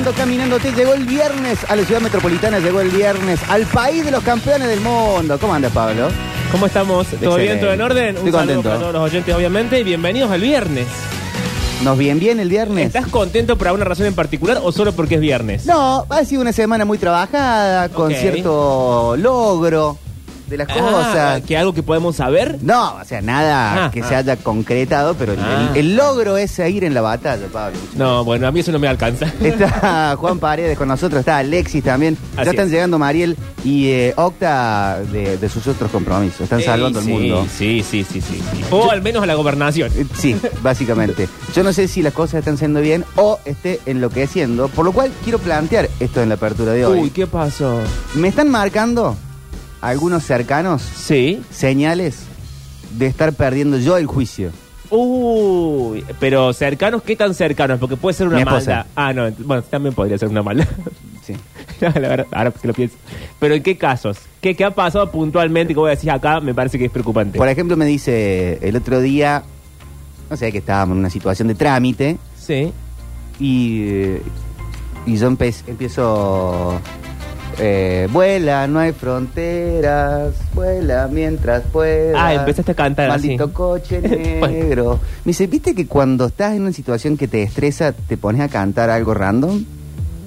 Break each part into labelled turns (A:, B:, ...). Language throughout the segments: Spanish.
A: escuchándote. Llegó el viernes a la ciudad metropolitana, llegó el viernes al país de los campeones del mundo. ¿Cómo andas, Pablo?
B: ¿Cómo estamos? ¿Todo bien? ¿Todo en orden?
A: Estoy
B: Un saludo
A: contento.
B: para todos los oyentes, obviamente, y bienvenidos al viernes.
A: ¿Nos bien bien el viernes?
B: ¿Estás contento por alguna razón en particular o solo porque es viernes?
A: No, ha sido una semana muy trabajada, con
B: Ok.
A: cierto logro de las
B: Ah,
A: cosas.
B: que algo que podemos saber.
A: No, o sea, nada
B: Ah,
A: que
B: ah.
A: se haya concretado, pero el,
B: Ah.
A: el- el logro es seguir en la batalla, Pablo.
B: No, bueno, a mí eso no me alcanza.
A: Está Juan Paredes con nosotros, está Alexis también.
B: Así
A: ya están
B: es.
A: llegando Mariel y eh, Octa de, de sus otros compromisos. Están salvando
B: Eh,
A: el
B: sí,
A: mundo.
B: Sí, sí, sí, sí, sí. O al menos a la gobernación.
A: Eh, Sí, básicamente. Yo no sé si las cosas están siendo bien o esté enloqueciendo, por lo cual quiero plantear esto en la apertura de hoy.
B: Uy, ¿qué pasó?
A: Me están marcando algunos cercanos
B: Sí.
A: señales de estar perdiendo yo el juicio.
B: Uy, pero cercanos, ¿qué tan cercanos? Porque puede ser una
A: Mi esposa.
B: maldad. Ah, no, bueno, también podría ser una maldad.
A: Sí.
B: No, la verdad, ahora que lo pienso. Pero ¿en qué casos? ¿Qué, qué ha pasado puntualmente que voy a decir acá? Me parece que es preocupante.
A: Por ejemplo, me dice el otro día, no sé, que estábamos en una situación de trámite
B: Sí.
A: y, eh, y yo empe- empiezo... eh, vuela, no hay fronteras, vuela mientras puedas.
B: Ah, empezaste a cantar así.
A: Maldito coche
B: Bueno.
A: negro. Me dice, ¿viste que cuando estás en una situación que te estresa, te pones a cantar algo random?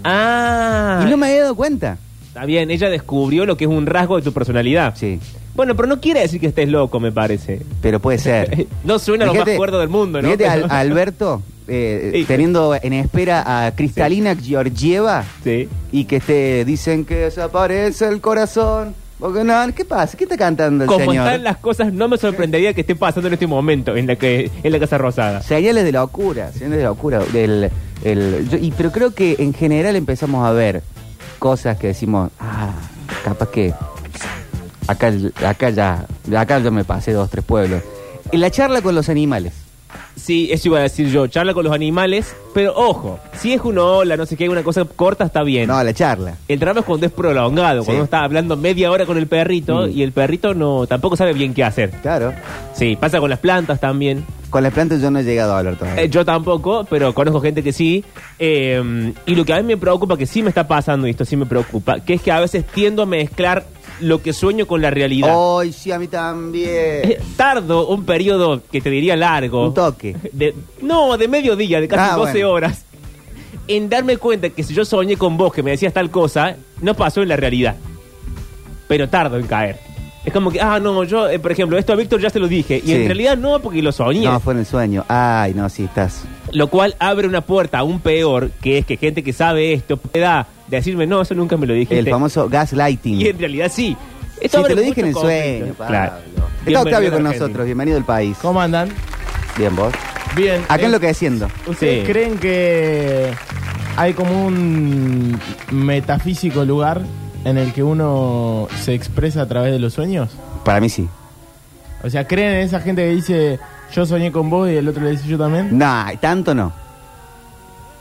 B: Ah.
A: Y no me había dado cuenta.
B: Está bien, ella descubrió lo que es un rasgo de tu personalidad.
A: Sí,
B: Bueno, pero no quiere decir que estés loco, me parece.
A: pero puede ser.
B: No suena lo
A: Eh. Fíjate-
B: más cuerdo del mundo, ¿no?
A: fíjate al-
B: Pero-
A: a Alberto eh,
B: Sí.
A: teniendo en espera a Cristalina Georgieva
B: Sí.
A: y que te dicen que desaparece el corazón. Porque no, ¿qué pasa? ¿Qué está cantando el
B: Como
A: señor?
B: están las cosas, no me sorprendería que esté pasando en este momento en la que en la Casa Rosada.
A: Señales de locura, señales de locura. Del, el- yo- y, pero creo que en general empezamos a ver cosas que decimos, ah, capaz que acá, acá ya, acá yo me pasé dos, tres pueblos. En la charla con los animales.
B: Sí, eso iba a decir yo, charla con los animales, pero ojo, si es una ola, no sé qué, una cosa corta, está bien.
A: No, la charla.
B: El drama es cuando es prolongado,
A: Sí.
B: cuando uno está hablando media hora con el perrito
A: Mm.
B: y el perrito no tampoco sabe bien qué hacer.
A: Claro.
B: Sí, pasa con las plantas también.
A: Con las plantas yo no he llegado a hablar todavía.
B: Eh, yo tampoco, pero conozco gente que sí. Eh, y lo que a mí me preocupa, que sí me está pasando, y esto sí me preocupa, que es que a veces tiendo a mezclar lo que sueño con la realidad.
A: Ay, sí, a mí también.
B: Eh, Tardo un periodo que te diría largo.
A: Un toque.
B: De, no, de mediodía, de casi
A: Ah,
B: 12
A: bueno.
B: horas. En darme cuenta que si yo soñé con vos que me decías tal cosa, no pasó en la realidad. Pero tardo en caer. Es como que, ah, no, yo, eh, por ejemplo, esto a Víctor ya se lo dije. Y
A: Sí.
B: en realidad no, porque lo soñé.
A: No, fue en el sueño. Ay, no, sí, estás.
B: Lo cual abre una puerta aún peor, que es que gente que sabe esto pueda decirme, no, eso nunca me lo dijiste.
A: El famoso gaslighting.
B: Este, Y en realidad sí.
A: Sí, te
B: abre
A: lo dije en el
B: muchos conflictos.
A: sueño, Pablo.
B: Claro.
A: Está Octavio
B: Bienvenido a
A: con
B: Argentina.
A: nosotros, bienvenido al país.
C: ¿Cómo andan?
A: Bien, vos.
C: Bien.
A: Acá
C: Eh,
A: enloqueciendo.
C: ¿Ustedes
B: Sí.
C: creen que hay como un metafísico lugar en el que uno se expresa a través de los sueños?
A: Para mí sí.
C: O sea, ¿creen en esa gente que dice yo soñé con vos y el otro le dice yo también?
A: Nah, tanto no.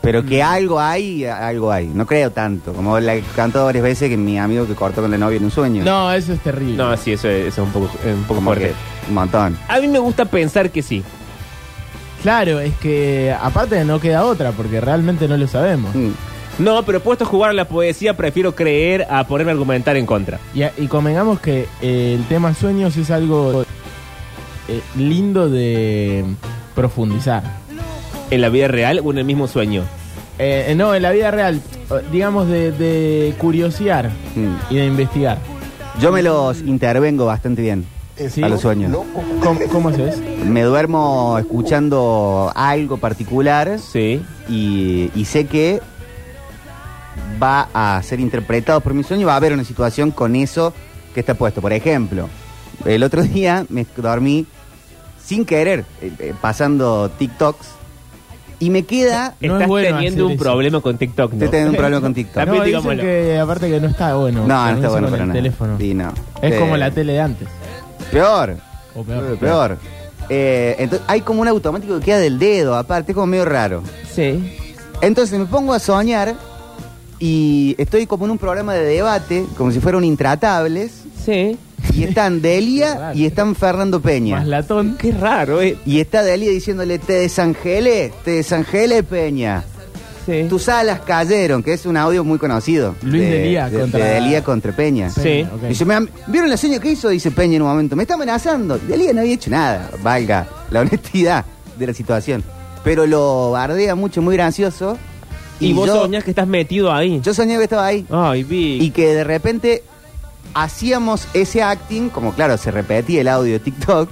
A: Pero que algo hay, algo hay. No creo tanto. Como la que cantó varias veces que mi amigo que cortó con la novia en un sueño.
C: No, eso es terrible.
B: No, sí, eso es, eso es un poco, eh, un poco
A: Como
B: fuerte.
A: que un montón.
B: A mí me gusta pensar que sí.
C: Claro, es que aparte no queda otra porque realmente no lo sabemos.
A: Mm.
B: No, pero puesto a jugar a la poesía, prefiero creer a ponerme a argumentar en contra.
C: Y, a- y convengamos que eh, el tema sueños es algo eh, lindo de profundizar.
B: En la vida real o en el mismo sueño.
C: Eh, eh, no, en la vida real, eh, digamos de, de curiosear
A: Mm.
C: y de investigar.
A: Yo me los intervengo bastante bien
C: Sí.
A: a los sueños.
C: ¿Cómo, cómo haces?
A: Me duermo escuchando algo particular
B: Sí.
A: y, y sé que va a ser interpretado por mi sueño, va a haber una situación con eso que está puesto. Por ejemplo, el otro día me dormí sin querer, eh, eh, pasando TikToks, y me queda...
C: No
B: Estás
C: es bueno
B: teniendo
C: hacer
B: un
C: eso.
B: problema con TikTok, ¿no?
A: Estoy teniendo un problema con TikTok.
B: También
C: no, dicen
B: digámoslo.
C: que aparte que no está
A: No,
C: bueno.
A: no está
C: ponerse
A: bueno
C: con
A: para
C: el
A: nada.
C: teléfono.
A: Sí, no.
C: Es
A: Eh,
C: como la tele de antes.
A: Peor.
C: O
A: Peor.
C: peor.
A: Eh, entonces, hay como un automático que queda del dedo, aparte, es como medio raro.
B: Sí.
A: Entonces me pongo a soñar y estoy como en un programa de debate, como si fuera un intratables,
B: Sí.
A: y están
C: Qué
A: Delia
C: raro.
A: y están Fernando Peña.
C: Más latón.
B: Qué raro, ¿eh?
A: Y está Delia diciéndole, te desangelé, te desangelé, Peña.
D: Sí.
A: Tus alas cayeron, que es un audio muy conocido.
C: Luis Delía
A: contra...
C: contra-
A: De Delía contra Peña.
B: Sí.
C: Peña, ok.
A: Dice, me am- ¿vieron la seña que hizo? Dice Peña en un momento. Me está amenazando. Delía no había hecho nada. Valga la honestidad de la situación. Pero lo bardea mucho, muy gracioso.
B: Y, vos
A: yo,
B: soñás que estás metido ahí.
A: Yo soñé que estaba ahí.
B: Ay, Vic.
A: Y que de repente hacíamos ese acting, como claro, se repetía el audio de TikTok.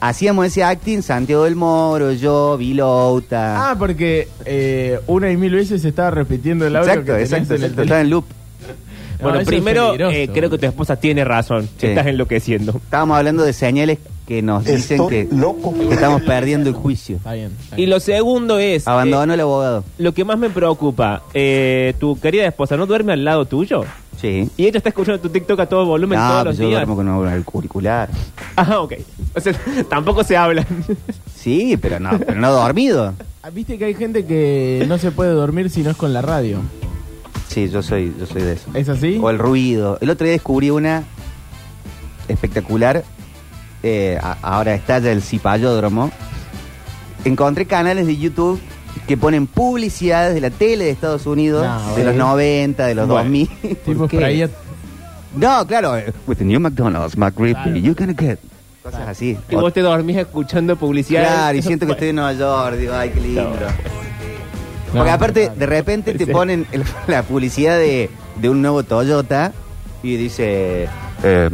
A: Hacíamos ese acting, Santiago del Moro, yo, Vilota.
C: Ah, porque eh, una y mil veces se estaba repitiendo el audio
A: exacto,
C: que tenías
A: exacto,
C: en el
A: exacto, Estaba en loop.
C: teléfono. No,
B: Bueno,
C: eso es
B: primero,
C: peligroso.
B: eh, creo que tu esposa tiene razón.
A: Sí.
B: Estás enloqueciendo.
A: Estábamos hablando de señales que nos dicen que, que estamos perdiendo el juicio.
C: Está bien. está
B: Y
C: bien.
B: lo segundo es. eh,
A: Abandonó el abogado.
B: lo que más me preocupa, eh, tu querida esposa no duerme al lado tuyo.
A: Sí.
B: Y ella está escuchando tu TikTok a todo volumen
A: No,
B: todos
A: pero
B: los
A: yo
B: días.
A: duermo con un auricular.
B: Ah, ok. O sea, tampoco se hablan.
A: Sí, pero no, pero no dormido.
C: Ah, Viste que hay gente que no se puede dormir si no es con la radio.
A: Sí, yo soy, yo soy de eso.
C: ¿Es así?
A: O el ruido. El otro día descubrí una espectacular. eh, a- ahora estalla el cipayódromo. Encontré canales de YouTube que ponen publicidades de la tele de Estados Unidos,
C: No,
A: de
C: eh.
A: los 90, de los
B: Ah, Bueno,
A: 2000.
C: Tipo
A: ¿Por qué?
C: por ahí a-
A: No, claro. eh, With the new McDonald's, McRib,
C: Claro.
A: you're gonna get. Cosas así.
B: y vos te dormís escuchando publicidad.
A: Claro, y siento que estoy en Nueva York, digo, ay, qué lindo. Porque
C: No,
A: aparte,
C: claro.
A: de repente te
B: Sí.
A: ponen el- la publicidad de, de un nuevo Toyota y dice, eh,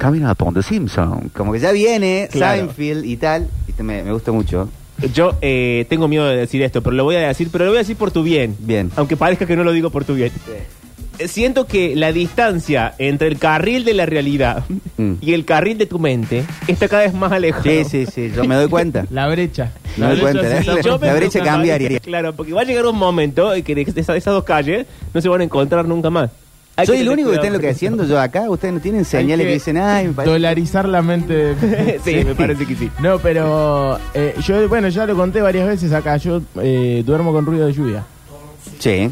A: coming up on The Simpsons. Como que ya viene
B: Claro.
A: Seinfeld y tal, y te- me, me gusta mucho.
B: Yo eh, tengo miedo de decir esto, pero lo voy a decir, pero lo voy a decir por tu bien.
A: Bien.
B: Aunque parezca que no lo digo por tu bien. Eh, Siento que la distancia entre el carril de la realidad
A: Mm.
B: y el carril de tu mente está cada vez más alejado.
A: Sí, sí, sí, yo me doy cuenta.
C: La brecha.
A: Me doy
C: La brecha
A: cuenta,
C: se
A: ¿eh?
B: Y
C: está-
A: La-
B: yo me
A: la brecha
B: preocupa,
A: cambiaría.
B: Claro, porque va a llegar un momento en que de esas, esas dos calles no se van a encontrar nunca más. Hay
A: Soy
B: que
A: el
B: tener
A: único que está
B: cuidado.
A: enloqueciendo yo acá. Ustedes no tienen
C: Hay
A: señales que, dicen, ay, me parece...
C: Dolarizar la mente. de-
B: sí, me parece que sí.
C: No, pero eh, yo, bueno, ya lo conté varias veces acá. Yo eh, duermo con ruido de lluvia.
A: Sí.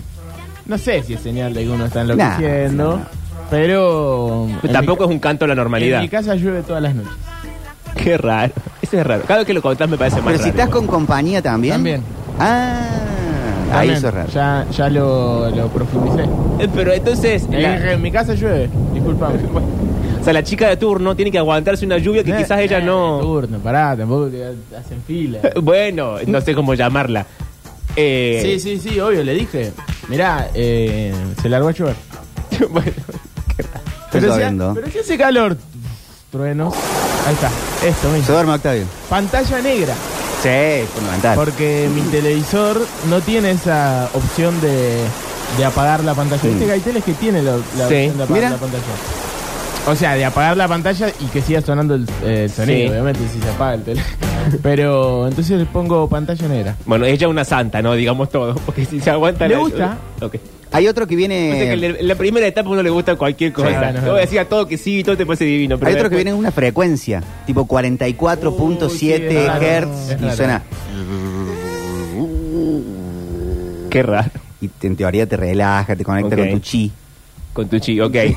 C: No sé si es señal de que uno está enloqueciendo,
A: Nah, no.
C: pero.
B: Pero tampoco es un canto a la
C: En
B: normalidad.
C: mi casa llueve todas las noches.
B: Qué raro. Eso es raro. Cada vez que lo contás me parece más
A: Pero si
B: raro.
A: estás con compañía también.
C: También.
A: Ah, ahí
C: También,
A: eso es raro.
C: Ya, ya lo, lo profundicé.
B: Eh, Pero entonces,
C: En,
B: la,
C: en mi casa llueve, disculpame.
B: o sea, la chica de turno tiene que aguantarse una lluvia que quizás ella
C: Eh,
B: no.
C: Turno, pará, tampoco te hacen fila.
B: Bueno, no sé cómo llamarla. Eh,
C: Sí, sí, sí, obvio, le dije. Mirá, eh, se largó a llover.
B: bueno,
A: Estoy
C: si,
A: lloviendo.
C: pero si hace calor. Truenos. Ahí está, esto
A: Se
C: mismo.
A: duerme, Octavio.
C: Pantalla negra.
A: Sí, fundamental.
C: Porque mi televisor no tiene esa opción de, de apagar la pantalla. Viste que hay teles que tienen la, la
B: Sí.
C: opción de apagar
A: Mira.
C: la pantalla. O sea, de apagar la pantalla y que siga sonando el, eh, el sonido,
B: Sí.
C: obviamente, si se apaga el tele. Pero entonces le pongo pantalla negra.
B: bueno, ella es una santa, ¿no? Digamos todo. Porque si se aguanta
C: Le
B: la
C: gusta.
B: Ok.
A: Hay otro que
B: Viste que
A: viene.
B: en la- en la primera etapa uno le gusta cualquier cosa.
C: Sí, bueno,
B: Yo
C: es
B: voy a
C: verdad.
B: decir a todo que sí, todo te parece divino. Pero
A: Hay otro que
B: después-
A: viene en una frecuencia, tipo 44.7
C: Uy, sí, es raro.
A: Hz
C: Es
A: y
C: raro.
A: suena.
B: Qué raro.
A: Y te- en teoría te relaja, te conecta
B: Ok.
A: con tu chi.
B: Con tu chi, ok.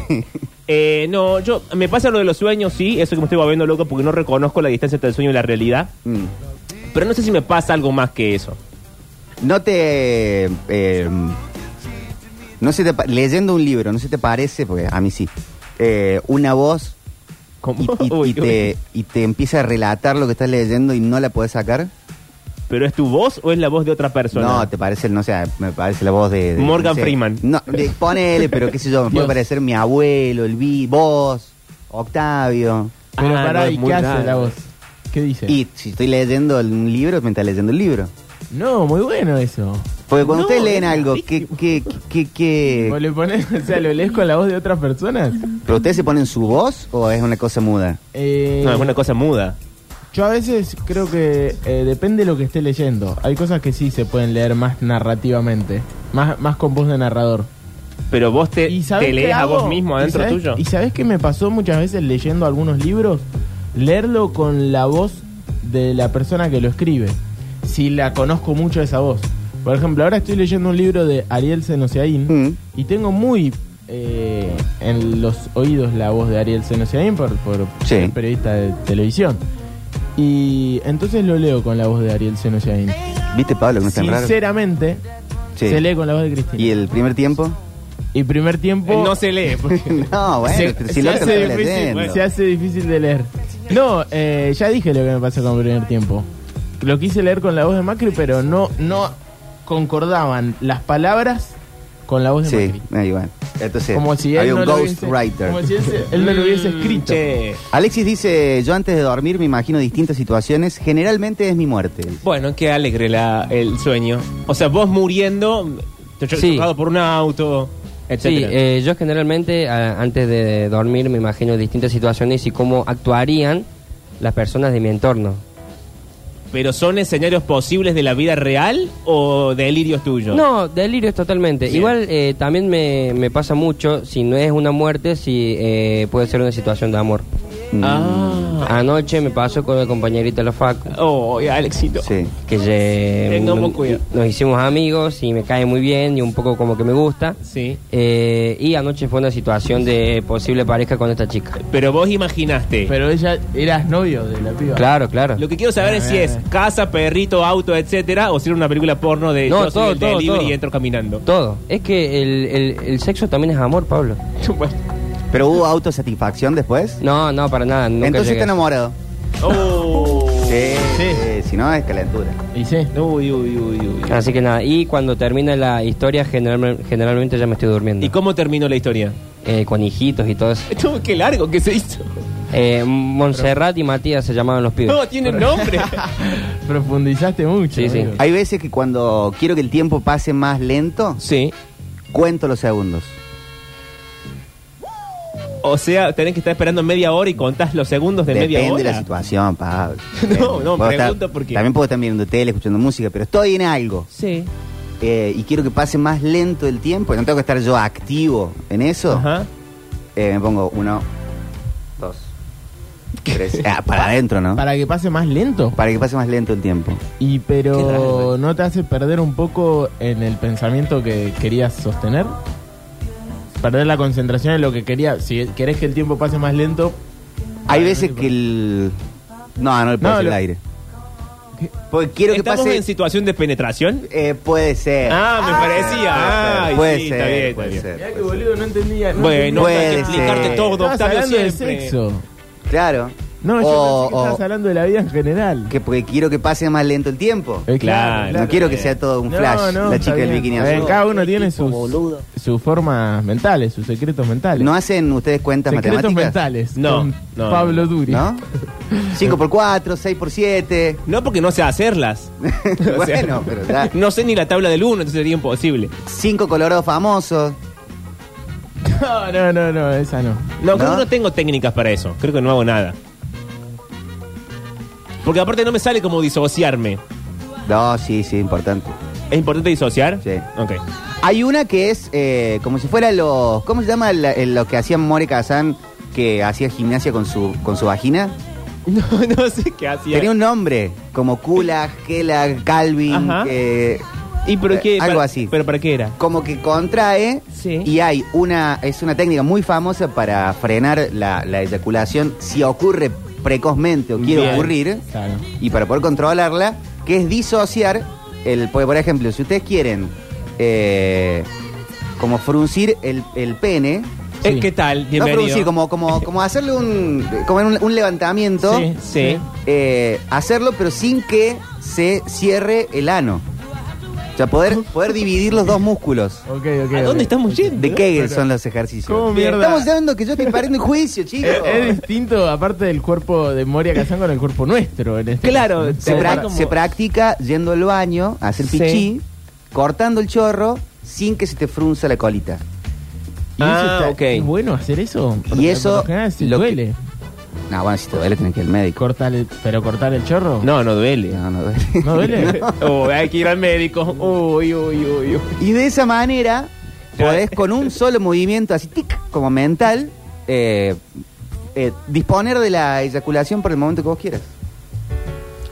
B: Eh, no, yo me pasa lo de los sueños, sí, eso que me estoy volviendo loco porque no reconozco la distancia entre el sueño y la realidad.
A: Mm.
B: Pero no sé si me pasa algo más que eso.
A: No te. eh, no se te. pa- Leyendo un libro, ¿no se te parece? Porque a mí sí. eh, una voz
B: Como-
A: y, y- y
B: Uy, uy.
A: te, y te empieza a relatar lo que estás leyendo y no la puedes sacar.
B: ¿Pero es tu voz o es la voz de otra persona?
A: No, te parece, no sé, me parece la voz de. de-
B: Morgan
A: no sé.
B: Freeman.
A: No, de- ponele, pero qué sé yo, me puede
C: Dios.
A: parecer mi abuelo, el vi, vos, Octavio.
C: Pero
B: Ah, no,
C: pará,
B: es
C: ¿y
B: muy
C: qué
B: raro.
C: hace la voz? ¿Qué dice?
A: Y si estoy leyendo el- un libro, me está leyendo el libro.
C: No, muy bueno eso.
A: Porque cuando
B: No,
A: ustedes leen
B: es
A: algo, que,
B: rarísimo.
A: que, que, Eh.
C: ¿Vos le pones, o sea, lo lees con la voz de otras personas?
A: ¿Pero ustedes se ponen su voz o es una cosa muda?
C: Eh,
B: No, es una cosa muda.
C: Yo a veces creo que eh, depende de lo que esté leyendo. Hay cosas que sí se pueden leer más narrativamente, más, más con voz de narrador.
B: Pero vos te, te
C: sabés qué
B: lees a
C: hago?
B: vos mismo
C: ¿Y
B: adentro
C: sabés-
B: tuyo.
C: ¿Y sabes qué me pasó muchas veces leyendo algunos libros? Leerlo con la voz de la persona que lo escribe. Si la conozco mucho esa voz. Por ejemplo, ahora estoy leyendo un libro de Ariel Senosiaín
A: Mm.
C: y tengo muy eh, en los oídos la voz de Ariel Senosiaín por, por
A: Sí.
C: ser periodista de televisión. Y entonces lo leo con la voz de Ariel Senosiaín.
A: ¿Viste, Pablo, que no es tan raro?
C: Sinceramente,
A: Sí.
C: Se lee con la voz de Cristina.
A: ¿Y el primer tiempo?
C: Y primer tiempo.
B: No se lee. porque-
A: no, bueno,
C: Se-
A: pero
C: se
A: si lo
C: hace
A: otro está
C: difícil,
A: leyendo.
C: Se hace difícil de leer. No, eh, ya dije lo que me pasó con el primer tiempo. Lo quise leer con la voz de Macri, pero no, no concordaban las palabras con la voz de
A: Sí,
C: Macri.
A: ahí bueno. Entonces,
C: Como si él
A: había
C: no
A: un
C: lo hubiese-
A: ghostwriter.
C: Como si él, se- él no lo hubiese escrito.
B: Che.
A: Alexis dice, yo antes de dormir me imagino distintas situaciones, generalmente es mi muerte.
B: Bueno, qué alegre la- el sueño. O sea, vos muriendo, te cho-
D: Sí.
B: chocado por un auto,
D: Sí,
B: etcétera.
D: eh, yo generalmente a- antes de dormir me imagino distintas situaciones y cómo actuarían las personas de mi entorno.
B: Pero son escenarios posibles de la vida real o delirios tuyos.
D: No, delirios totalmente.
B: Bien.
D: Igual eh, también me, me pasa mucho, si no es una muerte, si eh, puede ser una situación de amor.
A: Mm.
B: Ah.
D: Anoche me pasó con el compañerito de la facu,
C: Mm.
B: Oh, Alexito.
A: Sí.
D: que ye-
B: Tengamos
D: no-
B: cuidado.
D: nos hicimos amigos y me cae muy bien y un poco como que me gusta.
B: Sí.
D: Eh, y anoche fue una situación de posible pareja con esta chica.
B: Pero vos imaginaste.
C: Pero ella eras novio de la piba.
D: Claro, claro.
B: Lo que quiero saber es si es casa, perrito, auto, etcétera, o si era una película porno de
D: No,
B: yo soy
D: todo,
B: el
D: todo,
B: delivery
D: todo.
B: y entro caminando.
D: Todo. Es que el, el- el sexo también es amor, Pablo.
B: Bueno.
A: ¿Pero hubo autosatisfacción después?
D: No, no, para nada. Nunca
A: Entonces
D: llegué.
A: está enamorado.
B: Oh.
A: Sí,
C: Sí.
A: si no es calentura.
C: Y sí.
B: Uy, uy, uy, uy.
D: Así que nada. Y cuando termina la historia, general- generalmente ya me estoy durmiendo.
B: ¿Y cómo terminó la historia?
D: Eh, con hijitos y todo eso.
B: Esto, qué largo que se hizo.
D: Eh, Montserrat y Matías se llamaban los pibes.
B: No, tiene nombre.
C: Profundizaste mucho.
D: Sí, sí.
C: amigo.
A: Hay veces que cuando quiero que el tiempo pase más lento,
B: sí.
A: cuento los segundos.
B: O sea, tenés que estar esperando media hora y contás los segundos de media
A: Depende
B: hora.
A: de la situación, Pablo.
B: No, no,
A: Puedo estar-
B: pregunto porque-
A: También puedo estar viendo tele, escuchando música, pero estoy en algo.
B: Sí.
A: eh, y quiero que pase más lento el tiempo, y no tengo que estar yo activo en eso.
B: Ajá.
A: eh, me pongo uno, dos, tres. Ah, para adentro, ¿no? Para...
C: Para que pase más lento.
A: que pase más lento el tiempo.
C: Y
B: Qué raro,
A: ¿eh?
C: pero no te hace perder un poco en el pensamiento que querías sostener. Perder la concentración en lo que quería. Si querés que el tiempo pase más lento,
A: Hay veces que el. No, no le puedo
C: No,
A: decir
C: lo-
A: el aire. Porque quiero que
B: ¿Estamos
A: pase.
B: en situación de penetración?
A: Eh, puede ser.
B: Ah, me
A: Puede ser,
B: parecía. Ay,
A: puede
B: sí,
A: ser,
B: está bien, está
A: puede
B: bien.
A: ser,
C: Mirá que
A: puede ser.
C: boludo, no entendía. no
B: Bueno,
C: entendía.
B: no hay que
A: Puede
B: explicarte
A: ser.
B: todo,
C: Estabas
B: Octavio,
C: hablando de
B: siempre.
C: sexo.
A: Claro.
C: No, yo
A: O-
C: pensé que estabas
A: o-
C: hablando de la vida en general.
A: que porque quiero que pase más lento el tiempo.
C: Eh,
B: Claro,
A: no quiero que sea todo un
C: No,
A: flash.
C: no,
A: la
C: está
A: chica del
C: bien.
A: bikini
C: A ver,
A: azul.
C: Cada uno tiene sus, sus formas mentales, sus secretos mentales.
A: ¿No hacen ustedes cuentas
C: secretos
A: matemáticas?
C: mentales.
B: No,
C: con
B: no,
C: Pablo Duri.
A: ¿No? 5 por 4, 6 por 7.
B: No, porque no sé hacerlas. O sea,
A: bueno, pero ya.
B: No sé ni la tabla del 1, entonces sería imposible.
A: 5 colorados famosos.
C: no, no, no, no, esa no.
B: No, creo
A: ¿No?
B: que no tengo técnicas para eso. Creo que no hago nada. Porque aparte no me sale como disociarme.
A: No, sí, sí, importante.
B: ¿Es importante disociar?
A: Sí.
B: Ok.
A: Hay una que es eh, como si fuera los. ¿Cómo se llama la- eh, lo que hacía More Kazan que hacía gimnasia con su, con su vagina?
B: No, no sé qué hacía.
A: Tenía un nombre, como Kulak, Kelak, Calvin.
B: Ajá.
A: eh,
B: ¿Y pero qué?
A: Eh, algo
B: para-
A: así.
B: ¿Pero para qué era?
A: como que contrae
B: Sí.
A: y hay una es una técnica muy famosa para frenar la, la eyaculación si ocurre precozmente o quiere
B: Bien.
A: ocurrir
C: Claro.
A: y para poder controlarla que es disociar el porque, por ejemplo si ustedes quieren eh, como fruncir el, el pene
C: Sí.
B: Eh, ¿Qué tal? Bienvenido.
A: no fruncir como como como hacerle un como un, un levantamiento
C: Sí.
B: Sí.
A: eh, hacerlo pero sin que se cierre el ano o sea poder poder dividir los dos músculos
C: Ok, ok.
B: ¿A
C: ok.
B: dónde estamos yendo?
A: de Kegel son los ejercicios.
C: ¿Cómo mierda? Eh,
A: Estamos hablando que yo te paré en el juicio, chicos.
C: Es, es distinto, aparte del cuerpo de Moria Kazan con el cuerpo nuestro. En este
B: Claro,
C: caso.
A: se,
B: Como
A: pra-
B: para-
A: se practica yendo al baño, a hacer
B: Sí.
A: pichí, cortando el chorro sin que se te frunza la colita.
C: ¿Y eso
B: Ah,
C: está-
B: ok.
C: ¿Es bueno hacer eso?
A: Y eso,
C: por lo general, sí
A: lo que-
C: duele.
A: No, bueno, si te duele tenés que ir al médico.
C: Cortar el- ¿Pero cortar el chorro?
B: No, no duele.
A: No, no duele.
C: ¿No duele?
B: Oh, hay que ir al médico. Uy, uy, uy, uy.
A: Y de esa manera
B: Ya.
A: podés con un solo movimiento así, tic, como mental, eh, eh, disponer de la eyaculación por el momento que vos quieras.